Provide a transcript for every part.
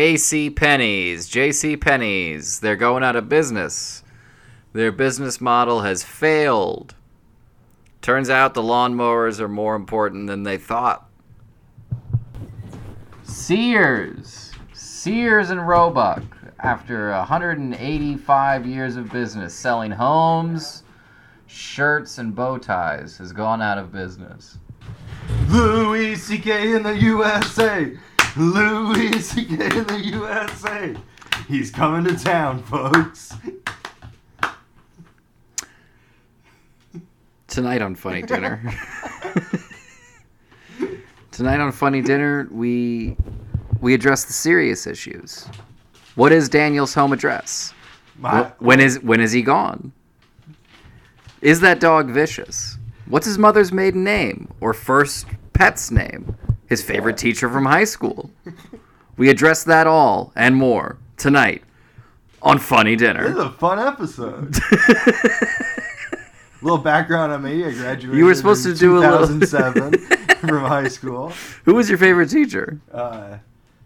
J.C. Penney's, J.C. Penney's, they're going out of business. Their business model has failed. Turns out the lawnmowers are more important than they thought. Sears, Sears and Roebuck, after 185 years of business selling homes, shirts, and bow ties, has gone out of business. Louis C.K. in the USA. Louis C.K. in the USA. He's coming to town, folks. Tonight on Funny Dinner. Tonight on Funny Dinner, we we address the serious issues. What is Daniel's home address? My, Wh- when is when is he gone? Is that dog vicious? What's his mother's maiden name or first pet's name? His favorite teacher from high school. We address that all and more tonight on Funny this is Dinner. a fun episode. little background on me. I graduated. You were supposed in to do a little- 2007 from high school. Who was your favorite teacher? Uh,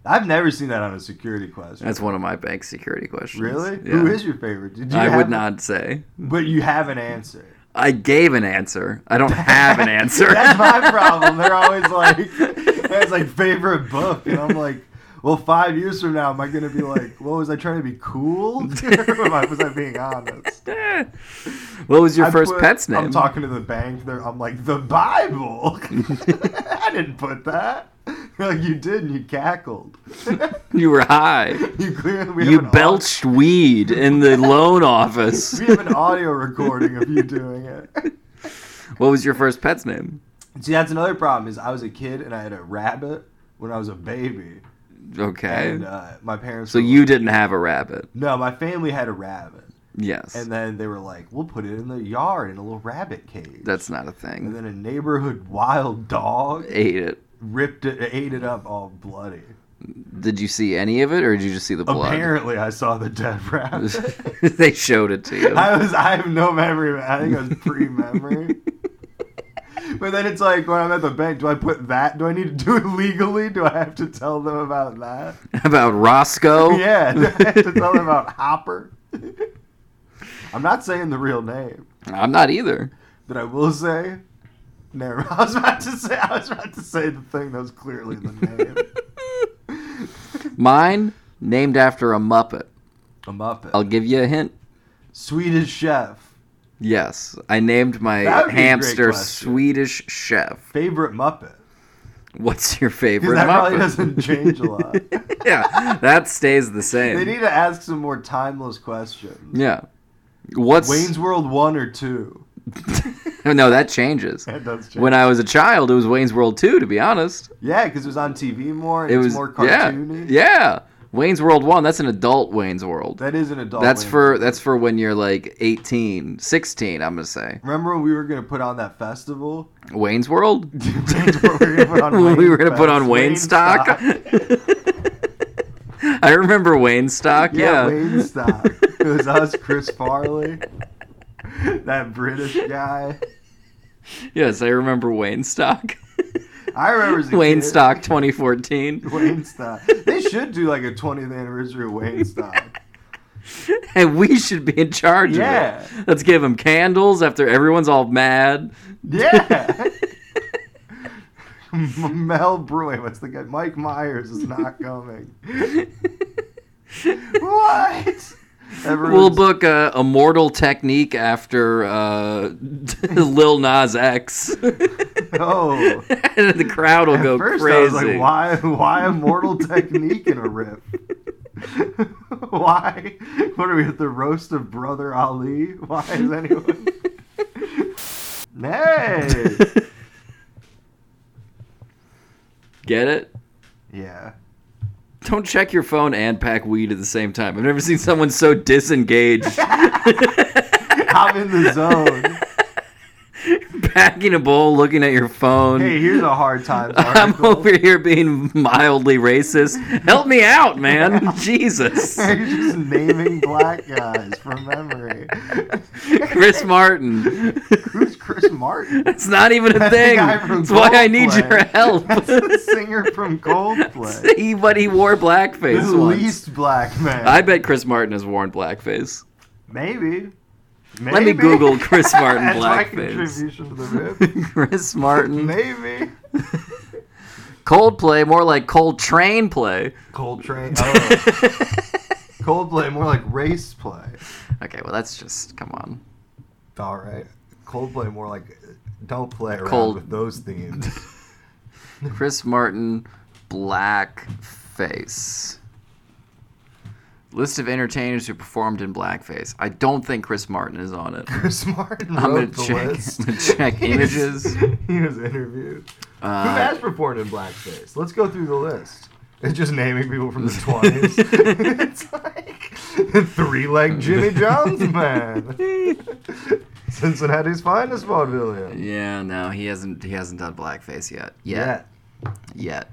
I've never seen that on a security question. That's one of my bank security questions. really. Yeah. Who is your favorite? Did you I have- would not say. But you have an answer. I gave an answer. I don't have an answer. That's my problem. They're always like, that's like favorite book, and I'm like, well, five years from now, am I gonna be like, what was I trying to be cool? Or am I- was I being honest? what was your I first put- pet's name? I'm talking to the bank. They're, I'm like, the Bible. I didn't put that. They're like you did, and you cackled. you were high. you clearly we have You an au- belched weed in the loan office. we have an audio recording of you doing it. What was your first pet's name? See, that's another problem. Is I was a kid and I had a rabbit when I was a baby, Okay. and uh, my parents. so were you didn't have a rabbit. No, my family had a rabbit, Yes. and then they were like, "We'll put it in the yard in a little rabbit cage." That's not a and thing. then a neighborhood wild dog Ate it. ripped it, ate it up, all bloody. Did you see any of it or did you just see the blood? Apparently, I saw the dead rabbit. they showed it to you. I was, I have no memory. of it. I think it was pre-memory. but then it's like when I'm at the bank, do I put that? Do I need to do it legally? Do I have to tell them about that? About Roscoe? Yeah, do I have to tell them about Hopper. I'm not saying the real name. I'm not either. that I will say. Never. I was about to say. I was about to say the thing that was clearly the name. Mine, named after a Muppet. a Muppet. I'll give you a hint. Swedish Chef. Yes, I named my That would be a great hamster question. Swedish Chef. Favorite Muppet. What's your favorite? Because that probably Muppet? doesn't change a lot. yeah, that stays the same. they need to ask some more timeless questions. yeah. What's Wayne's World one or two? No, that changes. That does change. When I was a child, it was Wayne's World 2, to be honest. yeah, because it was on TV more. And It it's was more cartoony. Yeah. Yeah. Wayne's World 1, that's an adult Wayne's World. That is an adult. That's Wayne's for World. that's for when you're like 18, 16, I'm going to say. Remember when we were gonna put on that festival? Wayne's World? Wayne's World, we were gonna put on When we Wayne's were going to put Fest, on Wayne Wayne's stock. Stock. I remember Wayne stock. Yeah, Yeah. Wayne Stock. It was us, Chris Farley, that British guy. Yes, I remember Wayne stock. I remember as a Wayne kid- stock 2014. Wayne Stock. They should do like a 20th anniversary of Wayne Stock. and we should be in charge Yeah. of it. Let's give them candles after everyone's all mad. Yeah. M- Mel Bruin, what's the guy? Mike Myers is not coming. What? We'll Everyone's- book a, a mortal technique after uh, Lil Nas X. Oh. and the crowd will At go first, crazy. I was like, why, why immortal technique in a riff? why? What are we at the roast of Brother Ali? Why is anyone? hey. Get it? Yeah. Don't check your phone and pack weed at the same time. I've never seen someone so disengaged. I'm in the zone. Packing a bowl, looking at your phone. Hey, here's a hard time. I'm article. over here being mildly racist. Help me out, man. Jesus. You're just naming black guys from memory. Chris Martin. Who's Chris Chris Martin. It's not even a That's the thing. guy from That's why I need Coldplay. your help. That's the singer from Coldplay. he, but he wore blackface the once. least black man. I bet Chris Martin has worn blackface. Maybe. Maybe. Let me Google Chris Martin That's my blackface. contribution to the rip. Chris Martin. Maybe. Coldplay, more like cold train play. Coltrane. Oh, Coldplay, more like race play. okay, well that's just come on. All right. Coldplay, more like uh, don't play around Cold. with those themes. Chris Martin, blackface. List of entertainers who performed in blackface. I don't think Chris Martin is on it. Chris Martin I'm wrote the gonna check- list. I'm gonna check He's- images. He was interviewed. Who Uh, has performed in blackface? Let's go through the list. It's just naming people from the 20s. it's like three leg Jimmy Jones, man. Cincinnati's finest vaudevillian. yeah, no, he hasn't. He hasn't done blackface yet. Yeah. Yet, yet.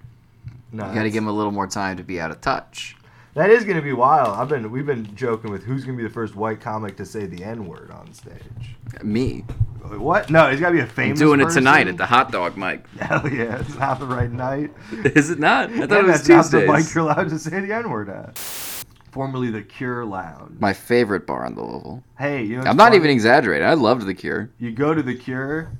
You No, gotta that's- give him a little more time to be out of touch. that is gonna be wild. I've been we've been joking with who's gonna be the first white comic to say the N word on stage. Me Wait, What? No, he's gotta be a I'm famous. doing it tonight at person. the hot dog mic. Hell yeah! It's not the right night. Is it not? I thought And it was that's not the mic Tuesdays. you're allowed to say the N word at. Formerly the Cure Lounge. My favorite bar in Louisville. Hey, you know what's I'm not funny? even exaggerating. I loved The Cure. You go to the Cure,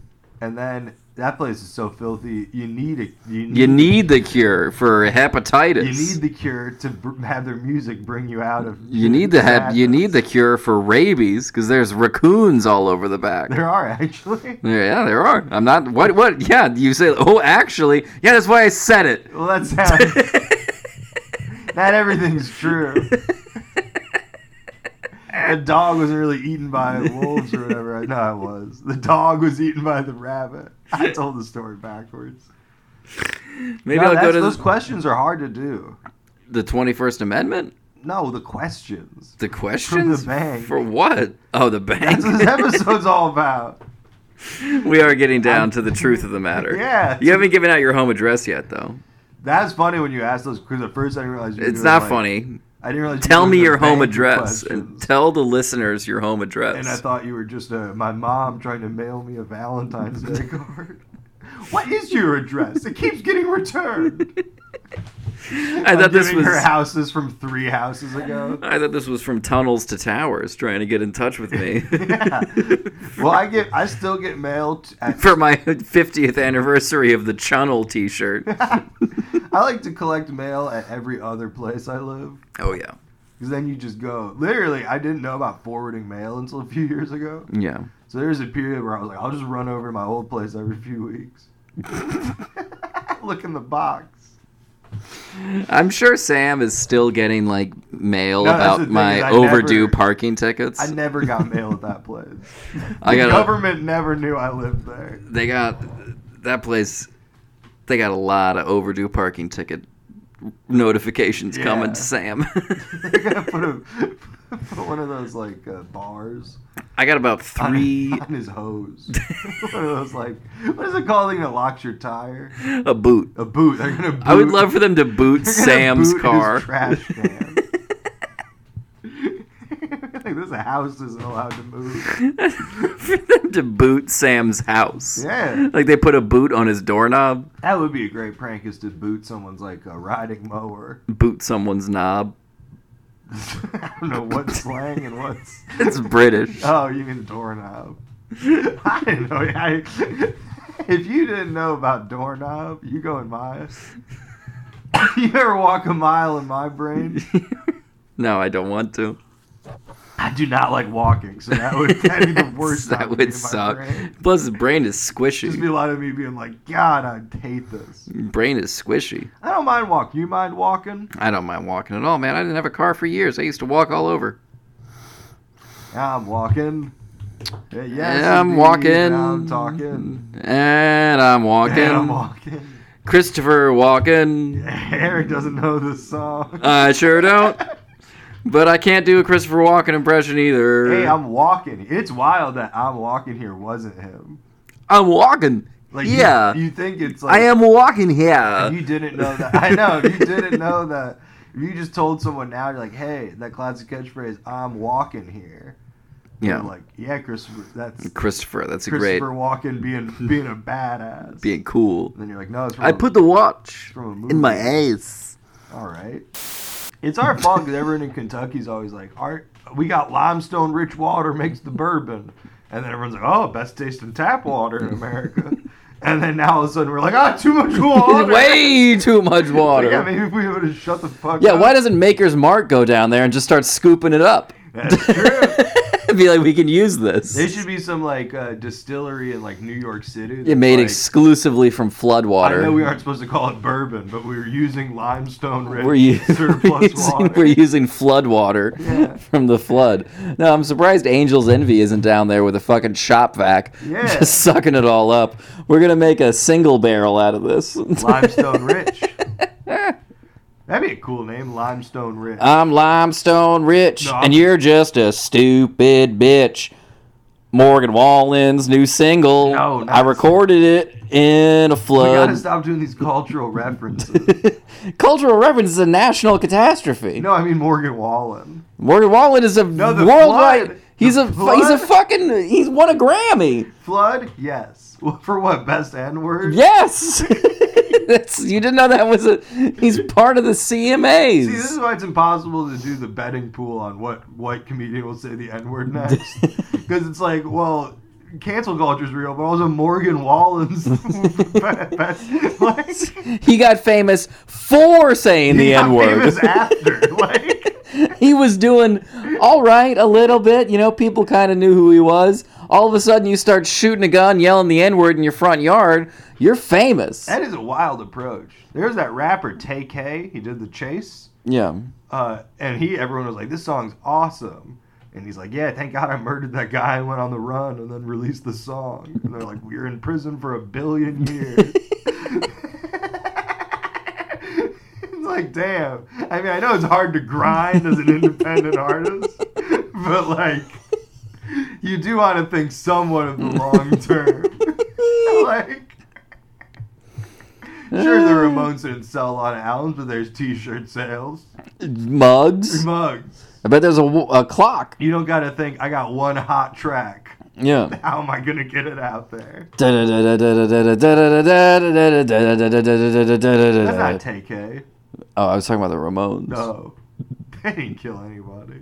and then that place is so filthy. You need a you need You need The Cure for you hepatitis. need the Cure to br- have their music bring you out of. You need to have you sadness. need the cure for rabies because there's raccoons all over the back. There are actually. Yeah, there are. I'm not what what yeah, you say oh actually. Yeah, that's why I said it. Well, that's how. not everything's true. The dog wasn't really eaten by wolves or whatever. No, it was. The dog was eaten by the rabbit. I told the story backwards. Maybe No, I'll go that's- to those the- questions are hard to do. the 21st amendment. No, the questions. The questions bank. for what? Oh, the bank. That's what this episode's all about. we are getting down to the truth of the matter. Yeah. You haven't given out your home address yet though. That's funny when you ask those because at first I didn't realize you were It's doing, not like- funny. I didn't realize you Tell were me doing your the home bank address and questions. tell the listeners your home address. And I thought you were just uh, my mom trying to mail me a Valentine's Day card. What is your address? It keeps getting returned. I I'm thought this giving was her houses from three houses ago. I thought this was from tunnels to towers trying to get in touch with me. Yeah. Well, I get, I still get mail. T- at, for my 50th anniversary of the Chunnel t-shirt. I like to collect mail at every other place I live. oh yeah. Because then you just go. Literally, I didn't know about forwarding mail until a few years ago. Yeah. So there was a period where I was like, I'll just run over to my old place every few weeks. Look in the box. I'm sure Sam is still getting like mail No, that's the about thing, is my I overdue never- parking tickets. I never got mail at that place. I the gotta- government never knew I lived there. they got that place they got a lot of overdue parking ticket notifications Yeah. coming to Sam. They're gonna put a put one of those like uh, bars I got about on- 3 on his hose. one of those like what is it called? Thing that locks your tire? a boot. A boot. They're gonna. Boot, I would love for them to boot they're gonna Sam's boot his car. trash can. like this house isn't allowed to move. for them to boot Sam's house. Yeah. Like they put a boot on his doorknob, That would be a great prank is to boot someone's like a riding mower. boot someone's knob. I don't know what slang and what's. It's British. Oh, you mean doorknob? I didn't know. I, if you didn't know about doorknob, you go in my. You ever walk a mile in my brain? no, I don't want to. I do not like walking, so that would that'd be the worst. that time to be in would my suck. brain. Plus, his brain is Just be squishy. a lot of me being like, God, I hate this. Brain is squishy. I don't mind walking. You mind walking? I don't mind walking at all, man. I didn't have a car for years. I used to walk all over. Yeah, I'm walking. Yeah, yes, Yeah, I'm indeed. walking. Now I'm talking. And I'm walking. And I'm walking. Christopher walking. Eric doesn't know this song. I sure don't. But I can't do a Christopher Walken impression either. Hey, I'm walking. It's wild that I'm walking here wasn't him. I'm walking. Like, you- yeah. you, think it's like I am walking here. if You didn't know that. I know if you didn't know that. If you just told someone now, you're like, "Hey, that classic catchphrase, I'm walking here." They're Yeah. Like, yeah, Christopher, that's Christopher, that's a great Christopher Walken being being a badass. being cool. and then you're like, no, it's from I a- put the watch from a movie. in my ass. All right. It's our fault because everyone in Kentucky's always like, "Art, we got limestone rich water makes the bourbon," and then everyone's like, "Oh, best tasting tap water in America," and then now all of a sudden we're like, "Ah, too much water." Way too much water. Yeah, maybe if we would have shut the fuck Yeah, up. why doesn't Maker's Mark go down there and just start scooping it up? That's true. Be like, we can use this. There should be some like uh, distillery in like New York City. it that's made like, exclusively from flood I water. know we aren't supposed to call it bourbon, but we were using limestone rich We're, u- we're surplus using, water. we're using flood water Yeah. from the flood. No, I'm surprised Angel's Envy isn't down there with a fucking shop vac, Yeah. just sucking it all up. We're gonna make a single barrel out of this. Limestone Rich. That'd be a cool name, Limestone Rich. I'm limestone rich, No, I'm- and you're just a stupid bitch. Morgan Wallen's new single. No, not- I recorded it in a we gotta flood. stop doing these cultural references. Cultural reference is a national catastrophe. no, I mean Morgan Wallen. Morgan Wallen is a the worldwide. flood. He's The a he's a flood. fucking he's won a Grammy. Flood, yes. Well, For what? Best N word. Yes, that's you didn't know that was a he's part of the CMAs. See, this is why it's impossible to do the betting pool on what what comedian will say the N word next, because it's like, well, cancel culture's real, but also Morgan Wallen's. like, he got famous for saying he the got N word. famous after, like. he was doing all right a little bit. You know, people kind of knew who he was. All of a sudden, you start shooting a gun, yelling the N word in your front yard. You're famous. That is a wild approach. There's that rapper Tay K. He did the chase, Yeah. uh, and he everyone was like, "This song's awesome," and he's like, "Yeah, thank God I murdered that guy and went on the run and then released the song." And they're like, "We were in prison for a billion years." It's Like damn, I mean I know it's hard to grind as an independent artist, but like you do want to think somewhat of the long term. like, sure, the Ramones didn't sell a lot of albums, but there's T-shirt sales, Mugs. mugs. I bet there's a, w- a clock. You don't got to think. I got one hot track. Yeah. How am I gonna get it out there? That's not Oh, take I was talking about the Ramones. No, they didn't kill anybody.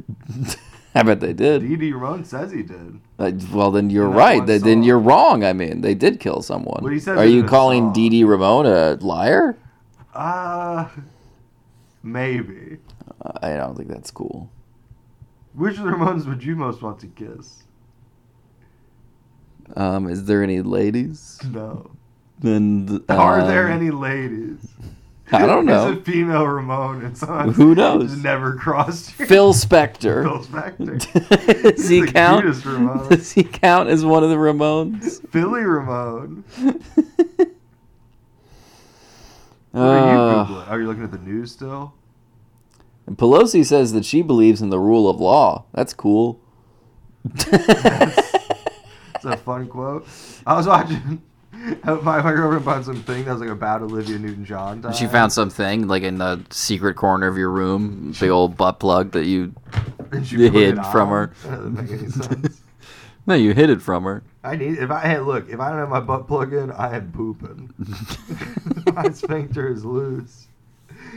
I bet they did. D.D. Ramone says he did. Uh, Well, then you're that right. one Then then song. you're wrong. I mean, they did kill someone. Well, he says Are it you in a calling song. Dee Dee Ramone a liar? Uh maybe. I don't think that's cool. Which of the Ramones would you most want to kiss? Um, is there any ladies? No. Then th- Are um, there any ladies? I don't There's know. a female Ramon. It's on. Who knows? It's never crossed your Phil Spector. Phil Spector. Does he the count? cutest Ramon. Does he count as one of the Ramones? Philly Ramon. What are you Uh, Googling? Are you looking at the news still? Pelosi says that she believes in the rule of law. That's cool. It's a fun quote. I was watching. My, my girlfriend found something that was like about Olivia Newton-John. She found something like in the secret corner of your room, big old butt plug that you and she You put it hid from on. her. That doesn't make any sense. no, you hid it from her. I need if I hey look if I don't have my butt plug in I am pooping. my sphincter is loose.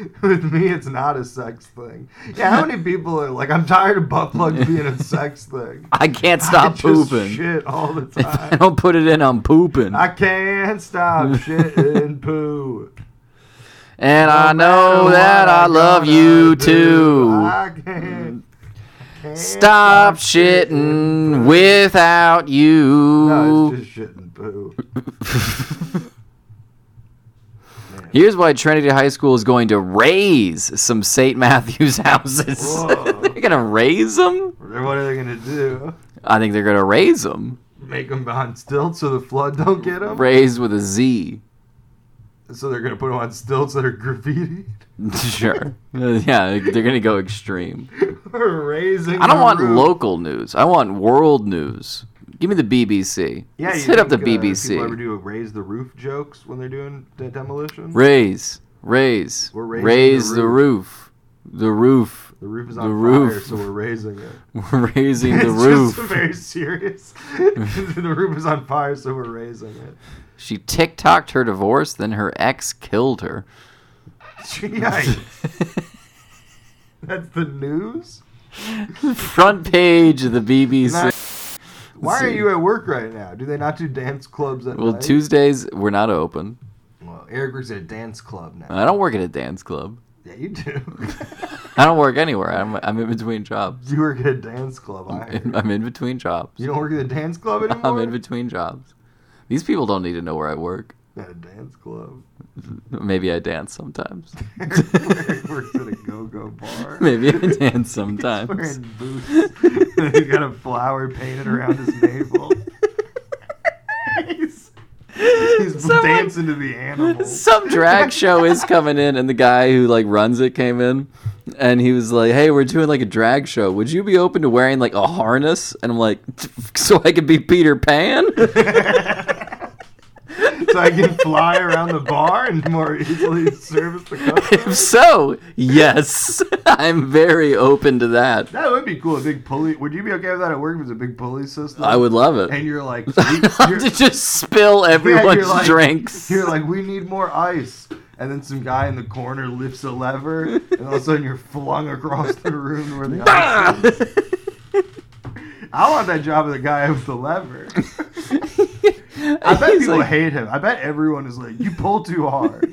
With me, it's not a sex thing. Yeah, how many people are like I'm tired of butt plugs being a sex thing. I can't I stop just pooping. Shit all the If I time. don't put it in, I'm pooping. I can't stop shit and poo. and I No know matter that what I love gonna you do, too. I can't. can't Stop shit and shitting poo. without No, you. it's just shit and poo. Man. Here's why Trinity High School is going to raise some St. Matthew's houses. Whoa. they're going to raise them? What are they gonna do? I think they're going to raise them. Make them on stilts so the flood don't get them. Raise with a Z. So they're gonna put them on stilts that are graffiti. Sure. yeah, they're going to go extreme. Raising. I don't the want roof. local news. I want world news. Give me the BBC. Yeah, Let's you hit up the think, uh, BBC. People ever do a raise the roof jokes when they're doing de- demolition? raise, raise, We're raising raise the the roof. The roof. The roof is The on fire, roof. so we're raising it. We're raising the it's roof. just very serious. the roof is on fire, so we're raising it. She TikToked her divorce, then her ex killed her. Yikes. That's the news? Front page of the BBC. Why are see. you at work right now? Do they not do dance clubs at Well, night? Tuesdays we're not open. Well, Eric works at a dance club now. I don't work at a dance club. yeah, you do. I don't work anywhere. I'm I'm in between jobs. you work at a dance club. I heard. I'm in between jobs. You don't work at a dance club anymore? I'm in between jobs. These people don't need to know where I work. at a dance club. Maybe I dance sometimes. Eric works at a go-go bar. Maybe I dance He's sometimes. wearing boots. and He's got a flower painted around his navel. he's he's Someone- dancing to the animals. Some drag show is coming in, and the guy who like runs it came in, and he was like, "Hey, we're doing like a drag show. Would you be open to wearing like a harness?" And I'm like, "So I could be Peter Pan." so I can fly around the bar and more easily service the If customers. so, yes, I'm very open to that. That would be cool. A big pulley. Would you be okay with that at work? If it's a big pulley system. I would love it. And you're like, you're, to just spill Yeah, everyone's you're like- drinks. You're like, we need more ice. And then some guy in the corner lifts a lever, and all of a sudden you're flung across the room where the ice is. Ah! I want that job of the guy with the lever. I bet He's people like- hate him. I bet everyone is like, you pull too hard.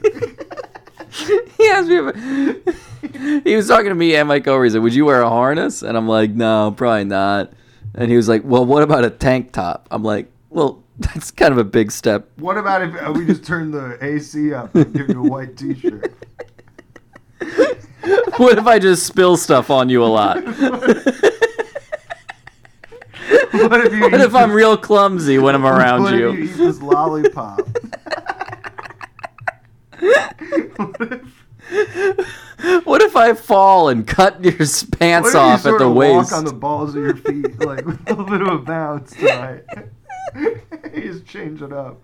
he asked me if he was talking to me and my coworker. He's like, "Would you wear a harness?" And I'm like, "No, probably not." And he was like, "Well, what about a tank top?" I'm like, "Well, that's kind of a big step." what about if uh, we just turn the AC up and give you a white T-shirt? What if I just spill stuff on you a lot? What if you? What eat if I'm this- real clumsy when I'm what around if you? you eat this lollipop? what if? What if I fall and cut your s- What pants if you off at sort the of waist? walk on the balls of your feet, like with a little bit of a bounce tonight? you just change it up.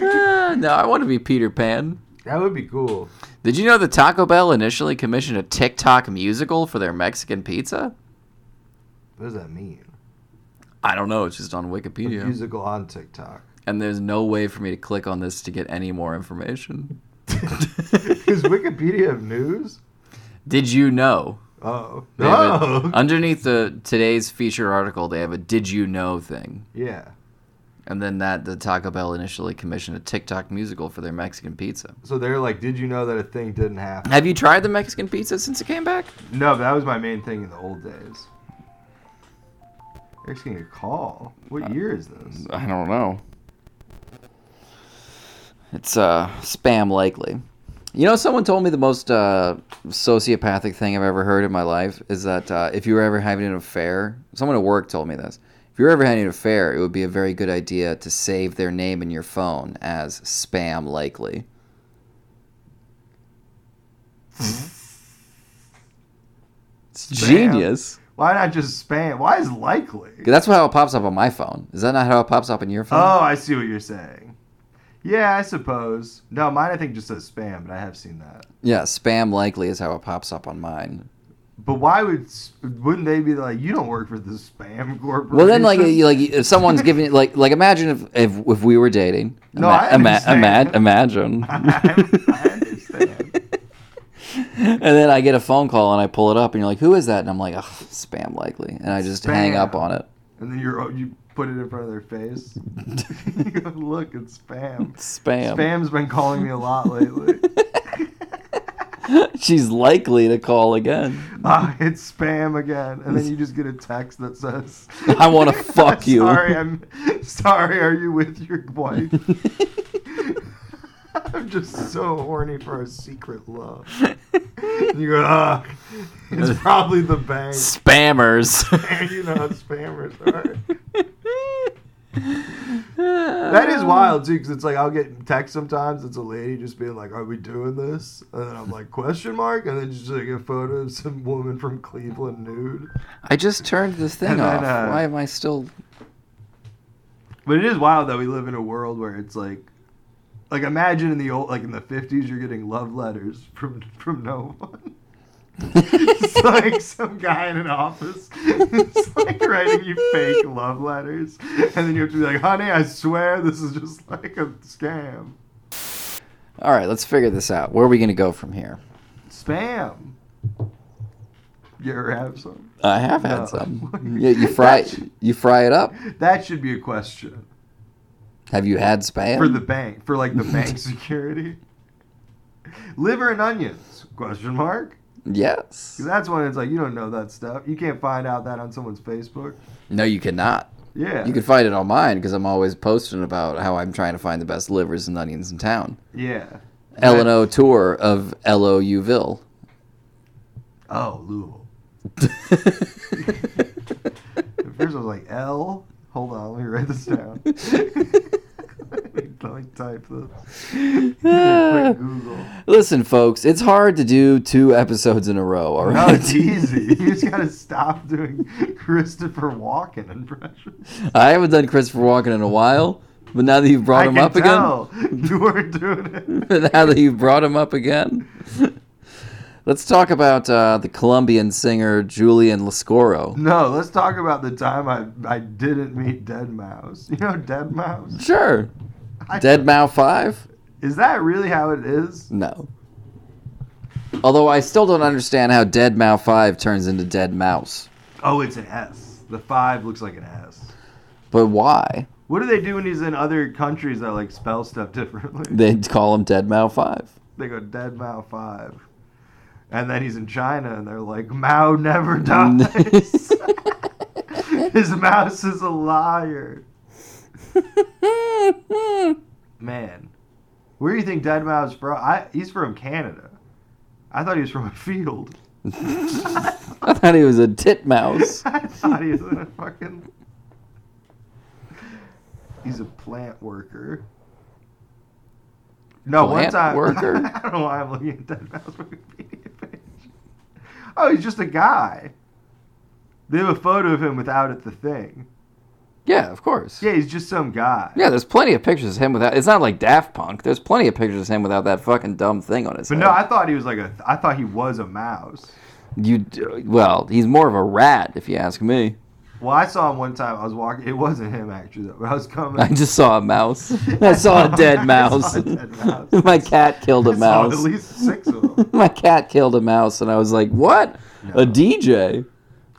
Ah, no, I want to be Peter Pan. That would be cool. Did you know that Taco Bell initially commissioned a TikTok musical for their Mexican pizza? What does that mean? I don't know. It's just on A Wikipedia. musical on TikTok. And there's no way for me to click on this to get any more information. Is Wikipedia of news? Did you know? Oh. They have Uh, a- Oh. underneath the today's feature article, they have a "Did you know" thing, Yeah. and then that the Taco Bell initially commissioned a TikTok musical for their Mexican pizza. So they're like, did you know that a thing didn't happen? Have you tried the Mexican pizza since it came back? No, that was my main thing in the old days. Eric's getting a call. Uh, What year is this? I don't know. It's uh spam likely. You know, someone told me the most uh, sociopathic thing I've ever heard in my life is that uh, if you were ever having an affair, someone at work told me this. If you were ever having an affair, it would be a very good idea to save their name in your phone as spam likely. Mm-hmm. It's Spam. genius. Why not just spam? Why is likely? 'Cause That's how it pops up on my phone. Is that not how it pops up on your phone? Oh, I see what you're saying. Yeah, I suppose. No, mine I think just says spam, but I have seen that. Yeah, spam likely is how it pops up on mine. But why would s- wouldn't they be like, you don't work for the spam corporation? Well, then like you- like if someone's giving like like imagine if if, if we were dating. No, I understand. imagine. I, I understand. and then I get a phone call and I pull it up and you're like, "Who is that?" And I'm like, Ugh, "Spam likely," and I just hang up Spam. on it. And then you you put it in front of their face. You go, Look, it's spam. Spam. Spam's been calling me a lot lately. She's likely to call again. Ah, it's spam again. And then you just get a text that says, I wanna fuck you. Sorry, I'm sorry. Are you with your wife? I'm just so horny for a secret love. And you go, ah, it's probably the bank. And Spammers. you know how spammers are. That is wild too, because it's like I'll get texts sometimes. It's a lady just being like, "Are we doing this?" And then I'm like, "Question mark?" And then just like a photo of some woman from Cleveland nude. I just turned the thing And then, off. uh, Why am I still? But it is wild that we live in a world where it's like Like imagine in the old, like in the fifties, you're getting love letters from from no one. it's like some guy in an office. It's like writing you fake love letters, and then you have to be like, "Honey, I swear this is just like a scam." All right, let's figure this out. Where are we going to go from here? Spam. You ever have some? I have had No. some. You, you fry you fry it up. That should be a question Have you had spam? for the bank, for like the bank security. Liver and onions? Question mark. yes. 'Cause that's when it's like you don't know that stuff. You can't find out that on someone's Facebook. No, you cannot. Yeah. You can find it on mine because I'm always posting about how I'm trying to find the best livers and onions in town. yeah. L and O tour of L O Uville. Oh, Louisville. At first I was like L. Hold on, let me write this down. let, me, let me type this. Quick Google. Listen, folks, it's hard to do two episodes in a row. All No, right. it's easy. You just gotta stop doing Christopher Walken impressions. I haven't done Christopher Walken in a while, but now that you've brought I him can up again, tell you weren't doing it. now that you've brought him up again, let's talk about uh, the Colombian singer Julian Lascoro. No, let's talk about the time I, I didn't meet Dead Mouse. You know Dead Mouse? Sure, I- Dead Mouse Five. Is that really how it is? No. Although I still don't understand how Dead Mouse 5 turns into Dead Mouse. Oh, it's an S. The five looks like an S. But why? What do they do when he's in other countries that like spell stuff differently? They call him Dead Mouse 5. They go Dead Mao Five, and then he's in China, and they're like Mao never dies. His mouse is a liar, man. Where do you think Dead Mao's from? I, he's from Canada. I thought he was from a field. I thought he was a titmouse. I thought he was in a fucking. He's a plant worker. No, Plant one time. worker? I don't know why I'm looking at Dead Mouse Wikipedia page. Oh, he's just a guy. They have a photo of him without it, the thing. Yeah, of course. Yeah, he's just some guy. Yeah, there's plenty of pictures of him without. It's not like Daft Punk. There's plenty of pictures of him without that fucking dumb thing on his But head. no, I thought he was like a. I thought he was a mouse. You d- well, he's more of a rat if you ask me. Well, I saw him one time. I was walking. It wasn't him actually. Though. I was coming. I just saw a mouse. I saw a dead I mouse. saw a dead mouse. My cat killed a I saw mouse. at least six of them. my cat killed a mouse and i was like what No. a dj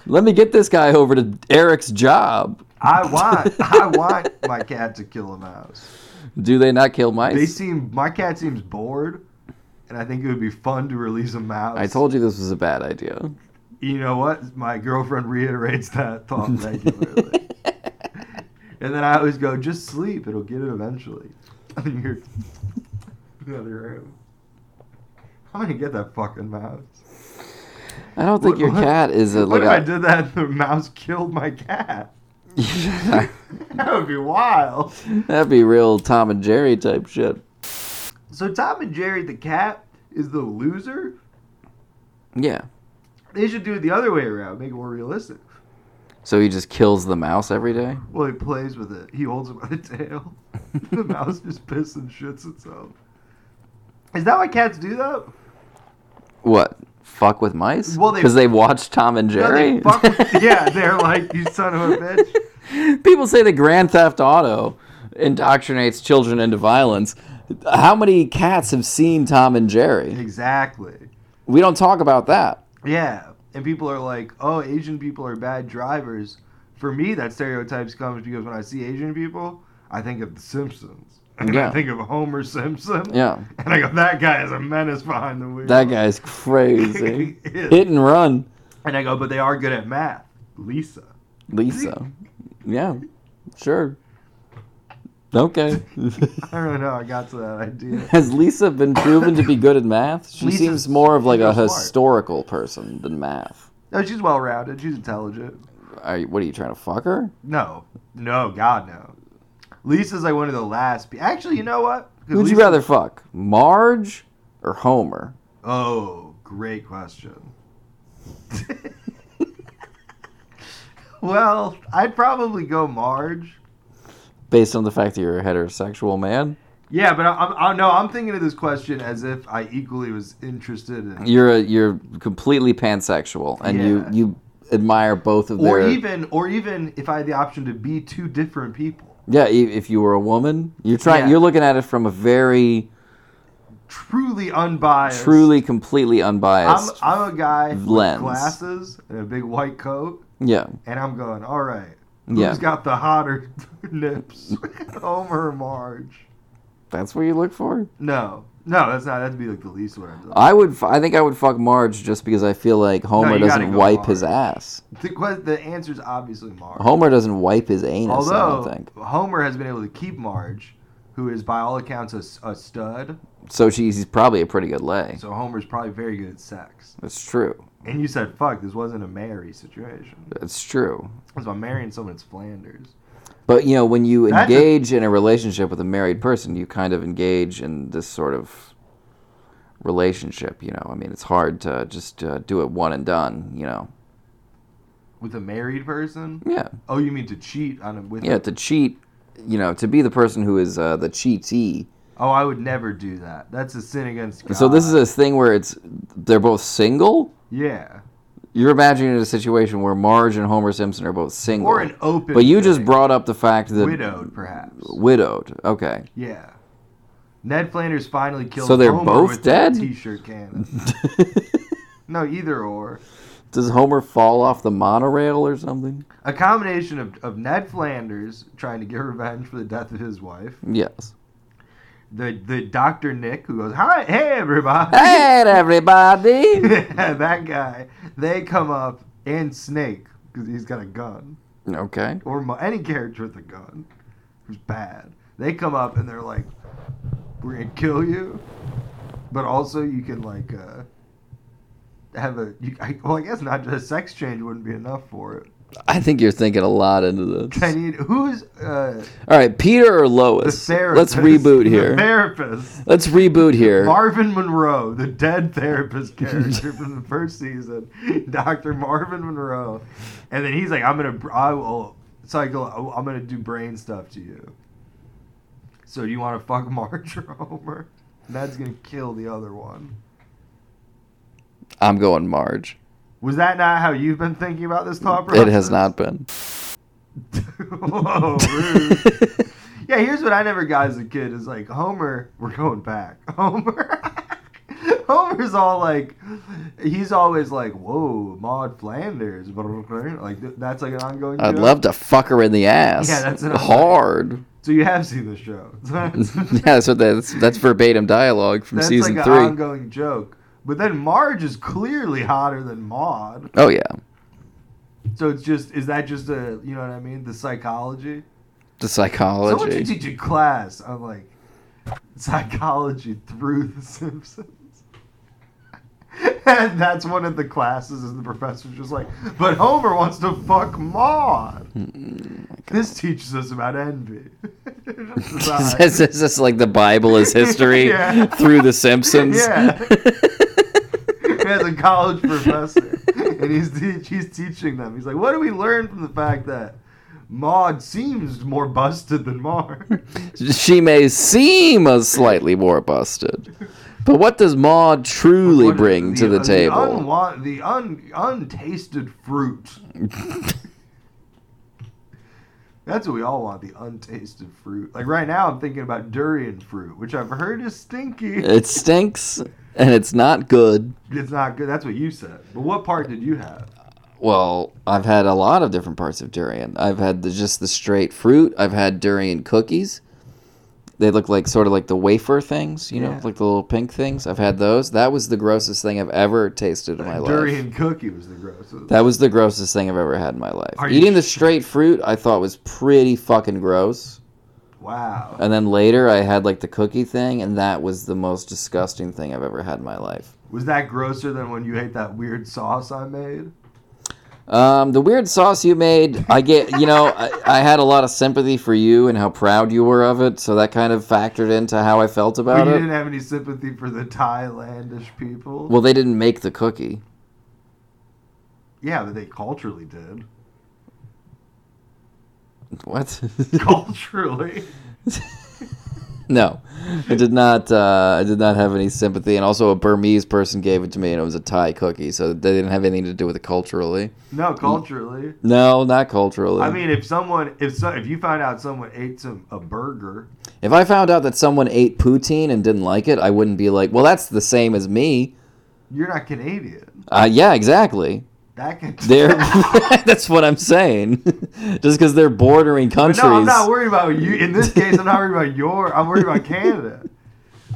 let me get this guy over to eric's job I want I want my cat to kill a mouse. do they not kill They mice seem my cat seems bored, and I think it would be fun to release a mouse. i told you this was a bad idea you know what my girlfriend reiterates that thought regularly, and then I always go just sleep. It'll get it eventually. And then you're in the other room. I'm gonna get that fucking mouse. i don't think What- your what- cat is a like What if I a, did that and the mouse killed my cat? That would be wild. that'd be real tom and jerry type shit So Tom and Jerry the cat is the loser. yeah They should do it the other way around, make it more realistic. so he just kills the mouse every day Well, he plays with it. He holds it by the tail. the mouse just pisses and shits itself. Is that why cats do that? what fuck with mice Well, they- because they, watch tom and No, jerry they fuck with- yeah, they're like, you son of a bitch. People say that Grand Theft Auto indoctrinates children into violence. How many cats have seen Tom and Jerry? Exactly. We don't talk about that. Yeah. And people are like, oh, Asian people are bad drivers. For me, that stereotypes comes because when I see Asian people, I think of The Simpsons. And Yeah. I think of Homer Simpson. Yeah. And I go, that guy is a menace behind the wheel. That guy's crazy. He is. Hit and run, And I go, but they are good at math. Lisa. Lisa. Yeah, sure. Okay. I don't know. how I got to that idea. Has Lisa been proven to be good at math? She Lisa's- seems more of like a she's smart. historical person than math. No, she's well rounded. She's intelligent. Are you, what are you trying to fuck her? No, no, God, no. Lisa's like one of the last. Pe- Actually, you know what? 'Cause Who'd you Lisa- rather fuck, Marge or Homer? Oh, great question. well, I'd probably go Marge. Based on the fact that you're a heterosexual man. Yeah, but I, I, I no, I'm thinking of this question as if I equally was interested in, You're a, you're completely pansexual, and you Yeah. you admire both of or their. even, or even if I had the option to be two different people. yeah, i- if you were a woman, you're trying. Yeah. You're looking at it from a very Truly unbiased. truly, completely I'm, unbiased. I'm a guy with Lens. glasses and a big white coat, yeah, and I'm going, all right, who's Yeah. got the hotter nips, Homer or Marge? that's what you look for. No, no, that's not. That'd be like the least what I've done. I would. f- I think I would fuck Marge just because I feel like Homer you gotta doesn't go wipe his Marge. ass. The, que- the answer is obviously Marge. Homer doesn't wipe his anus. I don't Although think Homer has been able to keep Marge, who is by all accounts a s- a, stud, so. She's he's probably a pretty good lay. so Homer's probably very good at sex. That's true. And you said, "Fuck, this wasn't a Mary situation." That's true. Because I'm marrying someone, it's Flanders. But you know, when you That's a- engage in a relationship with a married person, you kind of engage in this sort of relationship. You know, I mean, it's hard to just uh, do it one and done. You know, With a married person? yeah, Oh, you mean to cheat on a with? yeah. To cheat, you know, to be the person who is uh, the cheatee. Oh, I would never do that. That's a sin against God. So this is a thing where it's they're both single. yeah, You're imagining a situation where Marge and Homer Simpson are both single, or an open. but you just thing. brought up the fact that widowed, perhaps. widowed. Okay, Yeah. Ned Flanders finally killed. So they're Homer both with dead? A t-shirt cannon. no, either or. does Homer fall off the monorail or something? A combination of, of Ned Flanders trying to get revenge for the death of his wife, Yes. the the Doctor Nick who goes, "Hi, hey everybody," Hey everybody! that guy. They come up and Snake because he's got a gun okay. or mo- any character with a gun who's bad. They come up and they're like, "We're gonna kill you," but also you can like uh, have a you, I, well, I guess not just sex change wouldn't be enough for it. I think you're thinking a lot into I this. need who's uh, All right, Peter or the Lois? Let's therapist? reboot The here. therapist. Let's reboot here. Marvin Monroe, the dead therapist character from the first season, Doctor Marvin Monroe, and then he's like, "I'm gonna, I will cycle. I'm gonna do brain stuff to you." So do you want to fuck Marge or Homer? Ned's gonna kill the other one. I'm going Marge. Was that not how you've been thinking about this thought process? It has not been. Whoa, rude. Yeah, here's what I never got as a kid is like Homer, we're going back. Homer Homer's all like he's always like, Whoa, Maud Flanders like th- that's like an ongoing I'd joke. love to fuck her in the ass. Yeah, that's an- hard. So you have seen the show. That's, yeah, that's what that's, that's verbatim dialogue from that's season like an three. ongoing joke. But then Marge is clearly hotter than Maud. oh yeah, So it's just is that just a you know what I mean? The psychology? the Someone should psychology. teach a class on like psychology through The Simpsons. and that's one of the classes, is the professor's just like, but Homer wants to fuck Maud. Mm. this teaches us about envy. Is this is like the Bible is history Yeah. through the Simpsons? Yeah. As a college professor, and he's te- he's teaching them. He's like, "What do we learn from the fact that Maud seems more busted than Marge?" she may seem a slightly more busted, but what does Maud truly What is bring to the uh, table? unwa- the un, untasted fruit. That's what we all want, the untasted fruit. Like right now, I'm thinking about durian fruit, which I've heard is stinky. it stinks and it's not good. It's not good. That's what you said. But what part did you have? Well, I've had a lot of different parts of durian. I've had the, just the straight fruit. I've had durian cookies. They look like sort of like the wafer things, you know, Yeah. like the little pink things. I've had those. That was the grossest thing I've ever tasted in my life. durian cookie was the grossest. That was the grossest thing I've ever had in my life. Are you Eating the sh- straight fruit, I thought was pretty fucking gross. wow. And then later, I had like the cookie thing, and that was the most disgusting thing I've ever had in my life. Was that grosser than when you ate that weird sauce I made? Um, the weird sauce you made, I get, you know, I, I had a lot of sympathy for you and how proud you were of it, so that kind of factored into how I felt But about you it. didn't have any sympathy for the Thailandish people. Well, they didn't make the cookie. yeah, but they culturally did. What? Culturally. No, I did not. Uh, I did not have any sympathy, and also a Burmese person gave it to me, and it was a Thai cookie, so they didn't have anything to do with it culturally. No, culturally. No, not culturally. I mean, if someone, if so, if you find out someone ate some a burger, if I found out that someone ate poutine and didn't like it, I wouldn't be like, "Well, that's the same as me." you're not Canadian. Uh, yeah, exactly. That can. They're that's what I'm saying. Just because they're bordering But countries. no, I'm not worried about you. In this case, I'm not worried about your. I'm worried about Canada.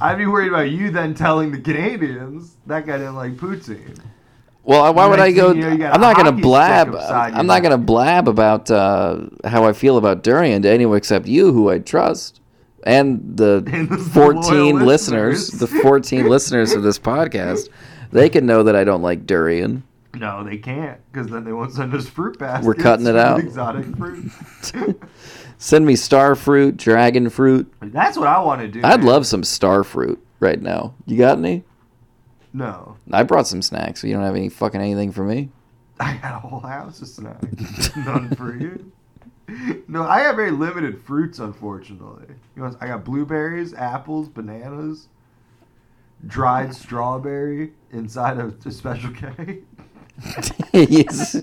I'd be worried about you then telling the Canadians that guy didn't like poutine. Well, why would I Next go? thing you know, you got I'm a not gonna hockey stick blab. upside I'm your not gonna blab about uh, how I feel about durian to anyone except you, who I trust, and the And the 14 loyal listeners, listeners. the 14 listeners of this podcast. They can know that I don't like durian. No, they can't because then they won't send us fruit baskets. We're cutting it with out. Exotic fruit. Send me star fruit, dragon fruit. That's what I want to do. I'd man. love some star fruit right now. You got any? No, I brought some snacks. So you don't have any fucking anything for me? I got a whole house of snacks. None for you. No, I have very limited fruits, unfortunately. You know, I got blueberries, apples, bananas, dried strawberry inside of a special K. Yes.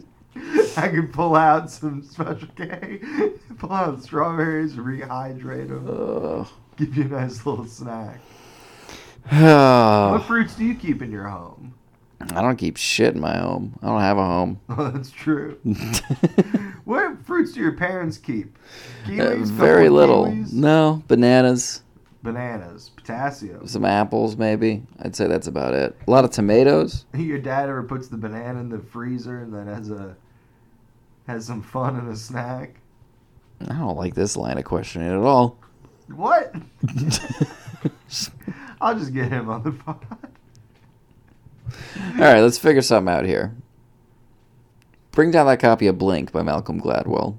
I can pull out some special K, pull out strawberries, rehydrate them, Ugh. give you a nice little snack. What I fruits do you keep in your home? don't keep shit in my home. I don't have a home. Oh, that's true. What fruits do your parents keep? Uh, Kiwis, very couple little. kiwis? No, bananas, Bananas, potassium. some apples, maybe. I'd say that's about it. A lot of tomatoes. Your dad ever puts the banana in the freezer and then has a has some fun and a snack? I don't like this line of questioning at all. What? I'll just get him on the pod. all right, let's figure something out here. Bring down that copy of Blink by Malcolm Gladwell.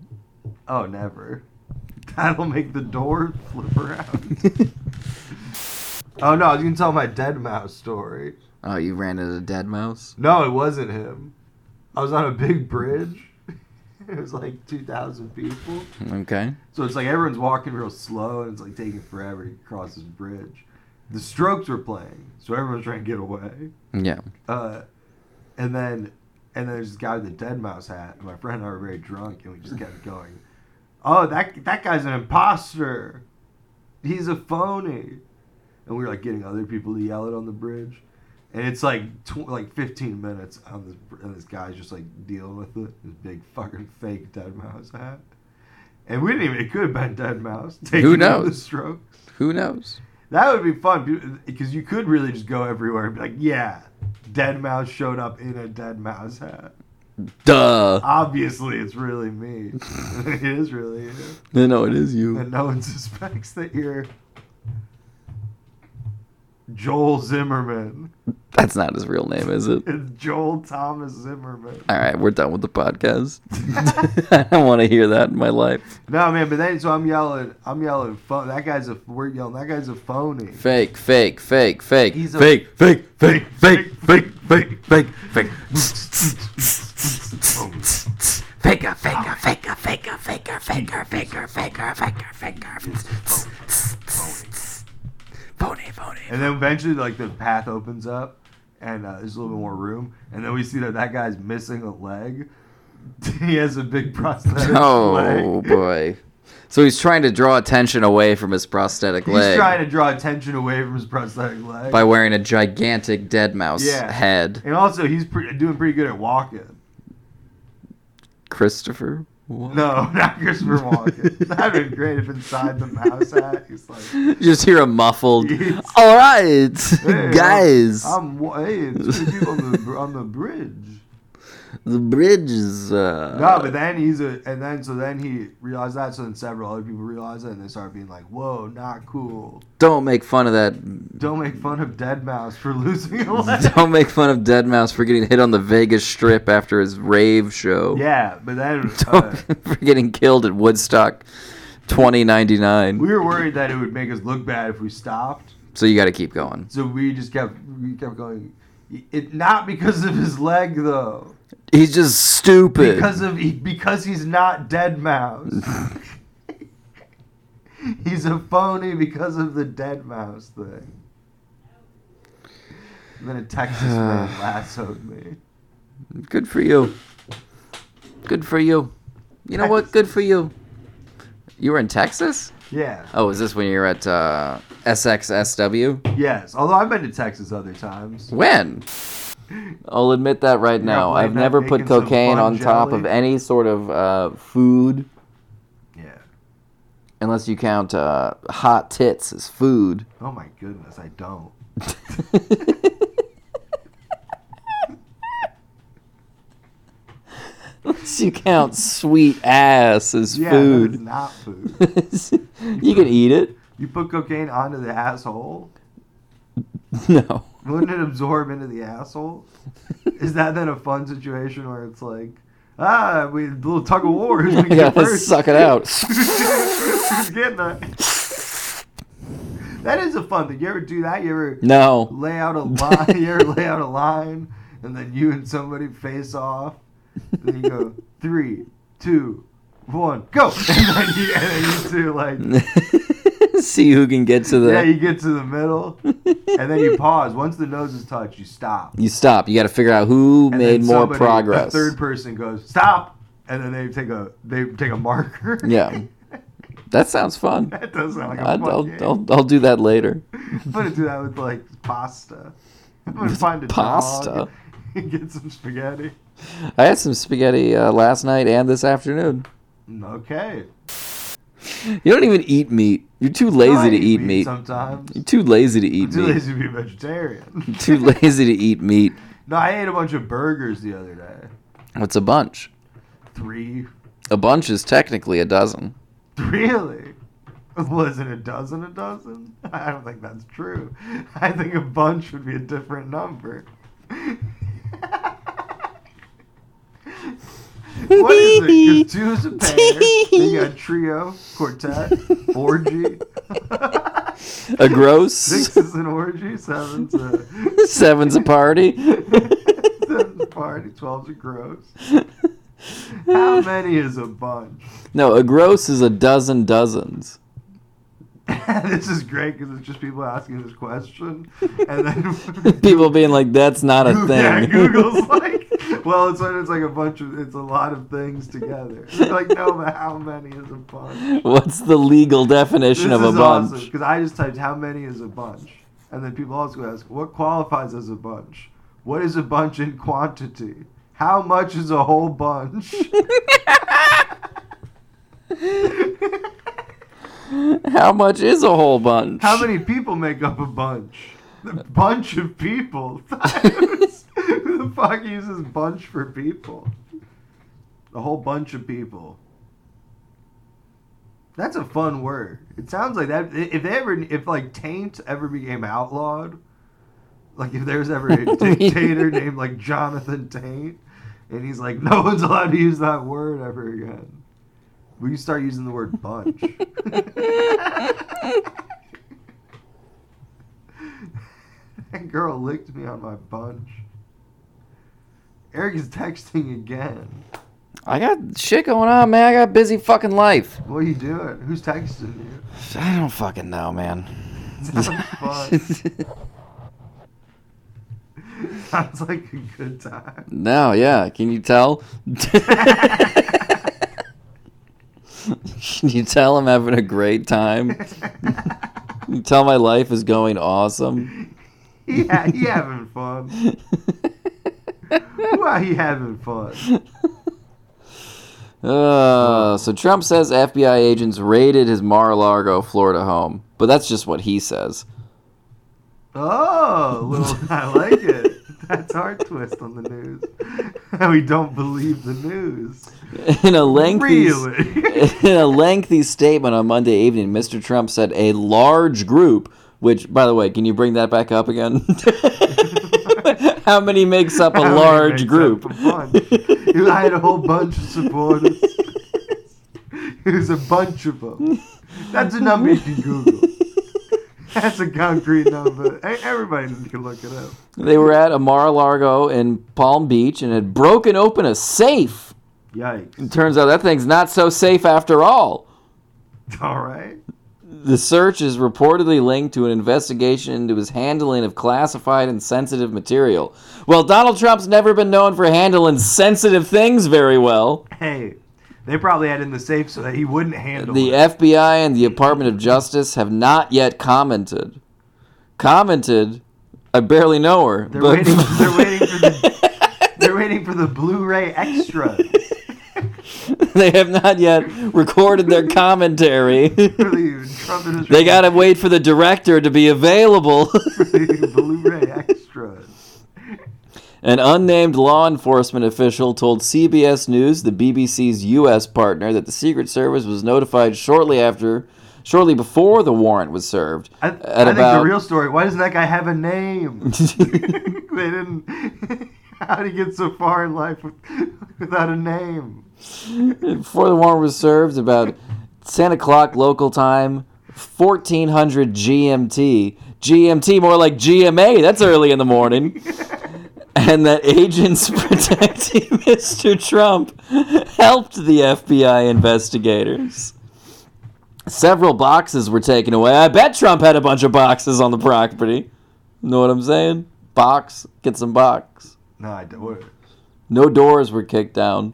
Oh, never. That'll make the door flip around. oh no, I was gonna tell my dead mouse story. oh, you ran into a dead mouse? No, it wasn't him. I was on a big bridge. It was like two thousand people. Okay. So it's like everyone's walking real slow and it's like taking forever to cross this bridge. The strokes were playing, so everyone's trying to get away. Yeah. Uh, and then and then there's this guy with the dead mouse hat, and my friend and I were very drunk and we just kept going. Oh, that that guy's an imposter. He's a phony. And we were like getting other people to yell it on the bridge. And it's like tw- like 15 minutes on this, br- and this guy's just like dealing with it. This big fucking fake dead mouse hat. And we didn't even. It could have been dead mouse. Taking over The knows? stroke. Who knows? That would be fun because you could really just go everywhere and be like, yeah, dead mouse showed up in a dead mouse hat. Duh. Obviously, it's really me. it is really you. No, no, it is you. And no one suspects that you're Joel Zimmerman. That's not his real name, is it? It's Joel Thomas Zimmerman. All right, we're done with the podcast. I don't want to hear that in my life. No, man, but then, so I'm yelling, I'm yelling, phone. That guy's a, we're yelling, that guy's a phony. Fake, fake, fake, fake, He's a- fake, fake, fake, fake, fake, fake, fake, fake, fake, Oh, Faker, faker, faker, faker, faker, faker, faker, faker, faker, faker. Phony, phony. And then eventually, like the path opens up, and uh, there's a little bit more room. And then we see that that guy's missing a leg. he has a big prosthetic Oh leg. boy! So he's trying to draw attention away from his prosthetic He's leg trying to draw attention away from his prosthetic leg. by wearing a gigantic dead mouse Yeah. head. and also, he's pre- doing pretty good at walking. Christopher. What? No, not Christopher Walken. That'd been great if inside the mouse hat, he's like, You just hear a muffled. Yes. All right, "Hey, I'm- guys, I'm, wa- hey, it's two people on the br- on the bridge." the bridge is. Uh, No, but then he's a, and then so then he realized that. So then several other people realized it, and they started being like, "Whoa, not cool! don't make fun of that. Don't make fun of Dead Mouse for losing a leg." Don't make fun of Dead Mouse for getting hit on the Vegas Strip after his rave show. yeah, but then uh, for getting killed at Woodstock 2099. we were worried that it would make us look bad if we stopped, So you got to keep going. so we just kept we kept going. It not because of his leg though, He's just stupid. because of because he's not Dead Mouse. He's a phony because of the dead mouse thing. And then a Texas man lassoed me. Good for you. Good for you. You know what? Good for you. You were in Texas? Yeah. Oh, is this when you were at uh, SXSW? Yes. Although I've been to Texas other times. When? I'll admit that right now. up I've late night never put making some cocaine fun on top of jelly? any sort of uh, food, Yeah. unless you count uh, hot tits as food. Oh my goodness, I don't. Unless you count sweet ass as Yeah, that is food. not food. you can eat it. You put cocaine onto the asshole? No. Wouldn't it absorb into the asshole? Is that then a fun situation where it's like, ah, we little tug of war? Who's gonna I get gotta first? suck it out. Who's getting that? That is a fun thing. You ever do that? You ever No. lay out a line? You ever lay out a line, and then you and somebody face off? And then you go three, two, one, go, and then you, and then you two like. See who can get to the. Yeah, you get to the middle, and then you pause. Once the noses touch, you stop. You stop. You got to figure out who And made then more somebody- progress. A third person goes stop, and then they take a they take a marker. Yeah. That sounds fun. that does sound like a I'd, fun I'll, game. I'll, I'll do that later. I'm gonna do that with like pasta. I'm gonna find a pasta? dog and get some spaghetti. I had some spaghetti uh, last night and this afternoon. Okay. You don't even eat meat. You're too lazy I to eat meat. sometimes. You're too lazy to eat Too meat. lazy to be a vegetarian. Too lazy to eat meat. no, I ate a bunch of burgers the other day. What's a bunch? Three, A bunch is technically a dozen. really. Was it a dozen? A dozen? I don't think that's true. I think a bunch would be a different number. What is it? 'Cause two is a pair. then you got trio, quartet, orgy. A gross. Six is an orgy. Seven's a, Seven's a party. seven's a party. Twelve's a gross. How many is a bunch? No, a gross is a dozen dozens. this is great because it's just people asking this question, and then People being like, that's not a Yeah, thing. Google's like, well, it's when it's like a bunch of, it's a lot of things together. They're like, no, but how many is a bunch? What's the legal definition of a bunch? because I just typed how many is a bunch, and then people also ask what qualifies as a bunch. What is a bunch in quantity? How much is a whole bunch? How much is a whole bunch? how many people make up a bunch? A bunch of people. Who the fuck uses bunch for people? A whole bunch of people. That's a fun word. It sounds like that. If they ever, if like taint ever became outlawed, like if there was ever a dictator named like Jonathan Taint, and he's like, no one's allowed to use that word ever again. We start using the word bunch. that girl licked me on my bunch. Eric is texting again. I got shit going on, man. I got busy fucking life. What are you doing? Who's texting you? I don't fucking know, man. Sounds fun. Sounds like a good time. no, yeah. Can you tell? Can you tell I'm having a great time? Can you tell my life is going awesome? yeah, he having fun. Why he having fun? Uh, so Trump says FBI agents raided his Mar-a-Lago, Florida home, but that's just what he says. Oh, little, I like it. That's our twist on the news. we don't believe the news. In a lengthy Really? in a lengthy statement on Monday evening, Mr. Trump said a large group, which, by the way, can you bring that back up again? How many makes up a How many makes large up group? a bunch? I had a whole bunch of supporters. It was a bunch of them. That's a number you can Google. That's a concrete number. E- Everybody can look it up. They were at a Mar-a-Lago in Palm Beach and had broken open a safe. Yikes. Turns out that thing's not so safe after all. All right. The search is reportedly linked to an investigation into his handling of classified and sensitive material. Well, Donald Trump's never been known for handling sensitive things very well. Hey, they probably had it in the safe so that he wouldn't handle The it. FBI and the Department of Justice have not yet commented. Commented? I barely know her. They're waiting. They're waiting for the. They're waiting for the Blu-ray extra they have not yet recorded their commentary. for the Trump administration. they gotta wait for the director to be available. the Blu-ray extras. An unnamed law enforcement official told CBS News, the BBC's U.S. partner, that the Secret Service was notified shortly after, shortly before the warrant was served. I, I think the real story. Why doesn't that guy have a name? they didn't. How did he get so far in life with, without a name? before the warrant was served, about 10 o'clock local time, 1400 GMT. GMT, more like GMA. That's early in the morning. and that agents protecting Mr. Trump helped the FBI investigators. Several boxes were taken away. I bet Trump had a bunch of boxes on the property. Know what I'm saying? Box, get some box. No, I don't. No doors were kicked down,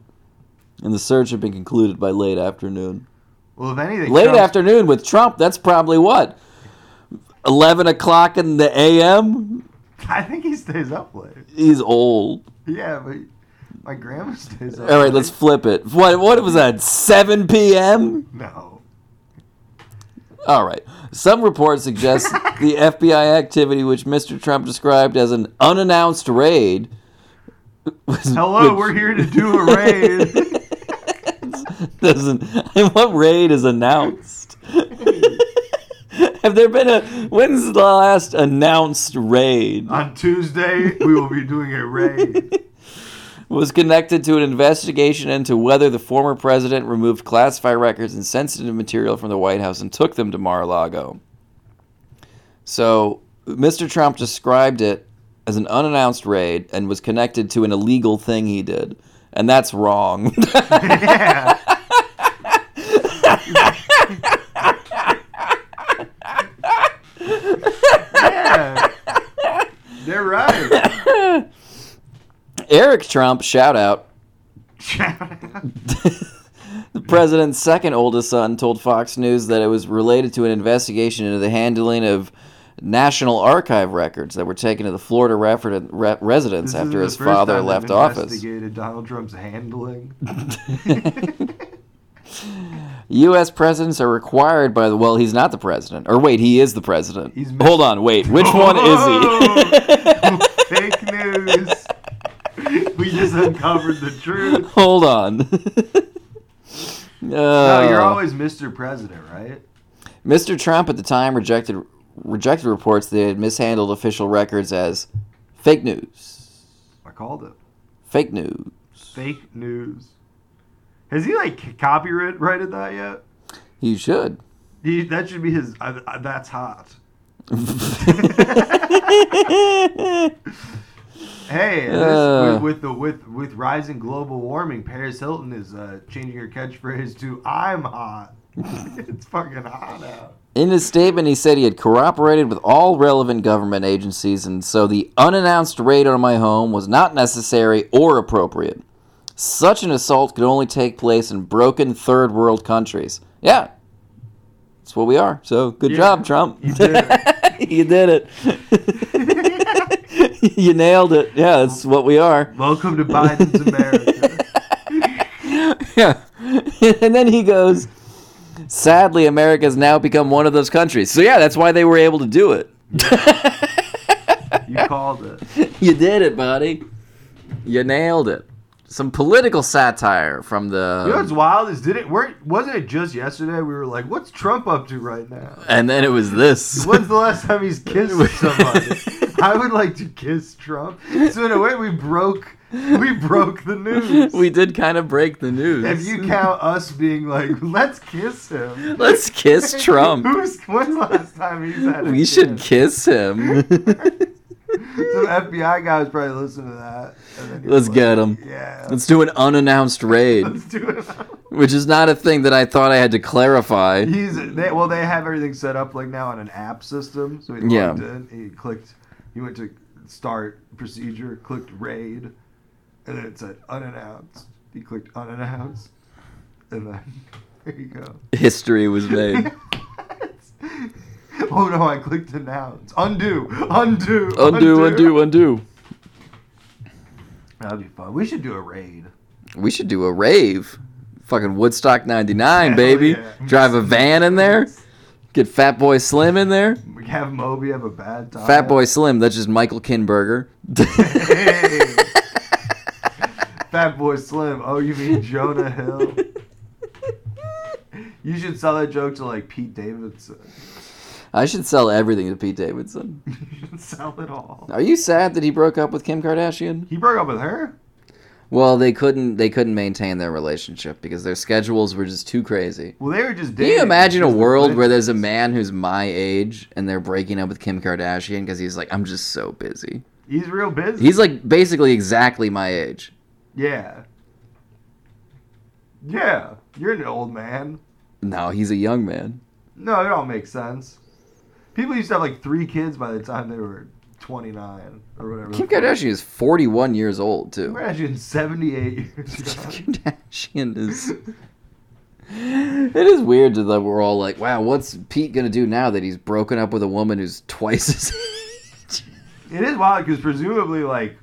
and the search had been concluded by late afternoon. Well, if anything, Late Trump's- afternoon with Trump, that's probably what? 11 o'clock in the a.m.? I think he stays up late. He's old. Yeah, but my grandma stays up. All right, late. let's flip it. What, what was that, 7 p.m.? No. All right. Some reports suggest the FBI activity, which Mr. Trump described as an unannounced raid, was- Hello, which- we're here to do a raid. doesn't and what raid is announced? Have there been a when's the last announced raid? On Tuesday, we will be doing a raid. Was connected to an investigation into whether the former president removed classified records and sensitive material from the White House and took them to Mar-a-Lago. So, Mr. Trump described it as an unannounced raid and was connected to an illegal thing he did. And that's wrong. Yeah. yeah. They're right. Eric Trump, shout out, Shout The president's second oldest son told Fox News that it was related to an investigation into the handling of National Archive records that were taken to the Florida refer- re- residence after his father left office. Investigated Donald Trump's handling. U.S. presidents are required by the. Well, he's not the president. Or wait, he is the president. He's- Hold on, wait. Which one is he? Oh, Fake news. We just uncovered the truth. Hold on. No, Oh. you're always Mr. President, right? Mr. Trump at the time rejected rejected reports that he had mishandled official records as fake news. I called it. Fake news. Fake news. Has he like copyright righted that yet? He should. He, that should be his. I, I, that's hot. Hey, and this, Uh. with, with the with with rising global warming, Paris Hilton is uh, changing her catchphrase to "I'm hot." it's fucking hot out. In his statement, he said he had cooperated with all relevant government agencies, and so the unannounced raid on my home was not necessary or appropriate. Such an assault could only take place in broken third world countries. Yeah. That's what we are. So good Yeah. job, Trump. You did you did it. you nailed it. Yeah, that's what we are. Welcome to Biden's America. yeah. and then he goes, sadly, America has now become one of those countries. So, yeah, that's why they were able to do it. You called it. you did it, buddy. You nailed it. Some political satire from the. You know what's wild is did it? Weren't, wasn't it just yesterday? We were like, "What's Trump up to right now?" and then it was this. When's the last time he's kissed somebody? I would like to kiss Trump. So in a way, we broke we broke the news. we did kind of break the news. if you count us being like, let's kiss him. Let's kiss Trump. Who's, when's the last time he's had a we should kiss? kiss him. Some FBI guy was probably listening to that. and then he Let's was get him. like, Yeah. Let's do an unannounced raid. let's do it. which is not a thing that I thought I had to clarify. He's they, well. They have everything set up like now on an app system. So he logged Yeah. in. He clicked. He went to start procedure. Clicked raid, and then it said unannounced. He clicked unannounced, and then there you go. History was made. oh no! I clicked announce. Undo. Undo. undo, undo, undo. That'd be fun. We should do a raid. We should do a rave. Fucking Woodstock 99, Hell baby. Oh, yeah. Drive a van in there. Get Fat Boy Slim in there. We have Moby have a bad time. Fat Boy Slim, that's just Michael Kinberger. Hey. Fat Boy Slim. Oh, you mean Jonah Hill? You should sell that joke to like Pete Davidson. I should sell everything to Pete Davidson. You should sell it all. Are you sad that he broke up with Kim Kardashian? He broke up with her. Well, they couldn't they couldn't maintain their relationship because their schedules were just too crazy. Well, they were just Can dating. you imagine a Just the world where Clintons. there's a man who's my age and they're breaking up with Kim Kardashian because he's like, I'm just so busy. He's real busy. He's like basically exactly my age. yeah. Yeah, you're an old man. No, he's a young man. No, it all makes sense. People used to have like three kids by the time they were 29 or whatever. Kim Kardashian is 41 years old too. Kim Kardashian's 78 years old. Kim Kardashian is. It is weird that we're all like, wow, what's Pete gonna do now that he's broken up with a woman who's twice his age? It is wild because presumably, like,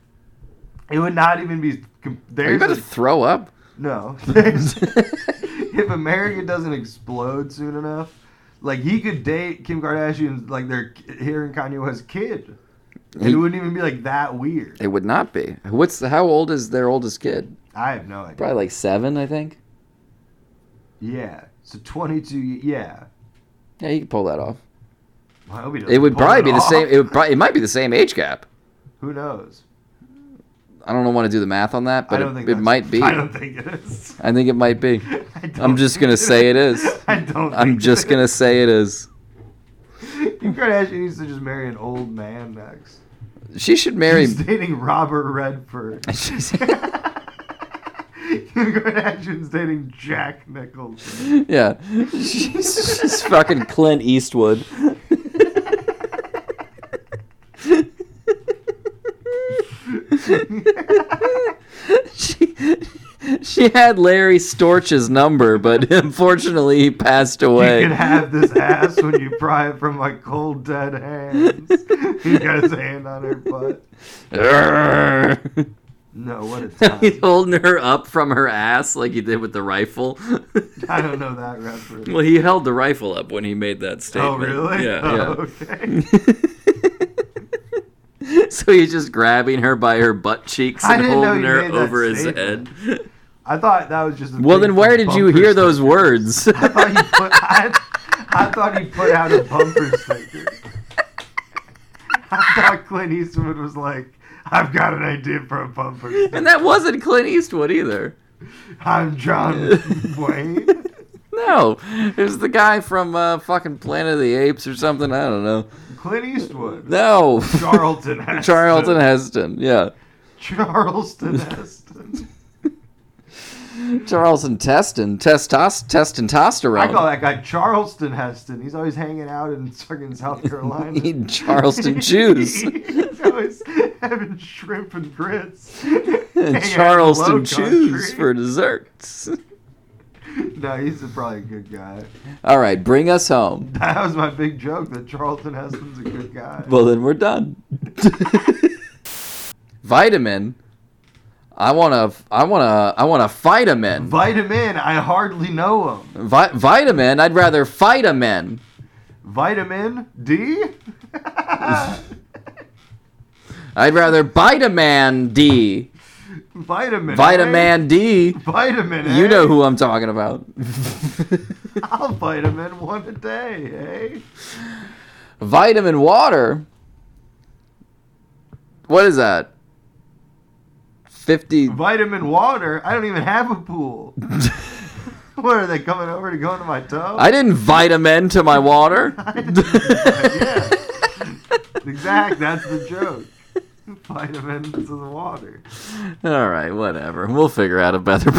it would not even be. com- Are you There's about to a- throw up? no. There's- if America doesn't explode soon enough, like he could date Kim Kardashian's like their here in Kanye West kid. And He- it wouldn't even be like that weird. It would not be. What's how old is their oldest kid? I have no idea. Probably like seven, I think. Yeah. So 22. y- Yeah. Yeah, you could pull that off. Well, I hope he doesn't It would pull probably be the off. same. It would probably, it might be the same age gap. Who knows? I don't want to do the math on that, I but don't it, think it that's- might be. I don't think it is. I think it might be. I don't I'm just think gonna say it is. I don't. I'm think just it gonna is. say it is. Kim Kardashian needs to just marry an old man next. She should marry. She's dating Robert Redford. Kim Kardashian's dating Jack Nicholson. yeah, she's, she's fucking Clint Eastwood. she she had Larry Storch's number, but unfortunately he passed away. You can have this ass when you pry it from my cold dead hands. he got his hand on her butt. No, what a He's time. holding her up from her ass like he did with the rifle. I don't know that reference. Well, he held the rifle up when he made that Oh, statement. really? Yeah. Oh, yeah. Okay. so he's just grabbing her by her butt cheeks I and didn't know holding you her made that over his statement. head. I thought that was just. A Well, thing then where for did you bumper hear those stickers. words? I thought he put. I, I thought he put out a bumper sticker. I thought Clint Eastwood was like, "I've got an idea for a bumper sticker." and that wasn't Clint Eastwood either. I'm John Wayne. No, it was the guy from uh, fucking Planet of the Apes or something. I don't know. Clint Eastwood. No, Charlton Heston. Charlton Heston. Yeah, Charleston Heston. Charleston Teston, testos, I call testosterone. that guy Charleston Heston. He's always hanging out in fucking South Carolina. Eating Charleston Jews. He's always having shrimp and grits. Hanging out in And the low Charleston Jews country. for desserts. No, he's a- probably a good guy. All right, bring us home. That was my big joke that Charlton Heston's a good guy. Well, then we're done. vitamin. I wanna. I wanna. I wanna fight a man. Vitamin, I hardly know him. Vi- vitamin. I'd rather fight a man. Vitamin D? I'd rather bite a man. D. Vitamin. Vitamin D. A. Vitamin. You A. know who I'm talking about. I'll vitamin one a day, vitamin water. What is that? Fifty. eh? Vitamin water? I don't even have a pool. what are they coming over to go into my tub? I didn't vitamin to my water. yeah. Exact, that's the joke. Vitamin to the water. All right, whatever. We'll figure out a better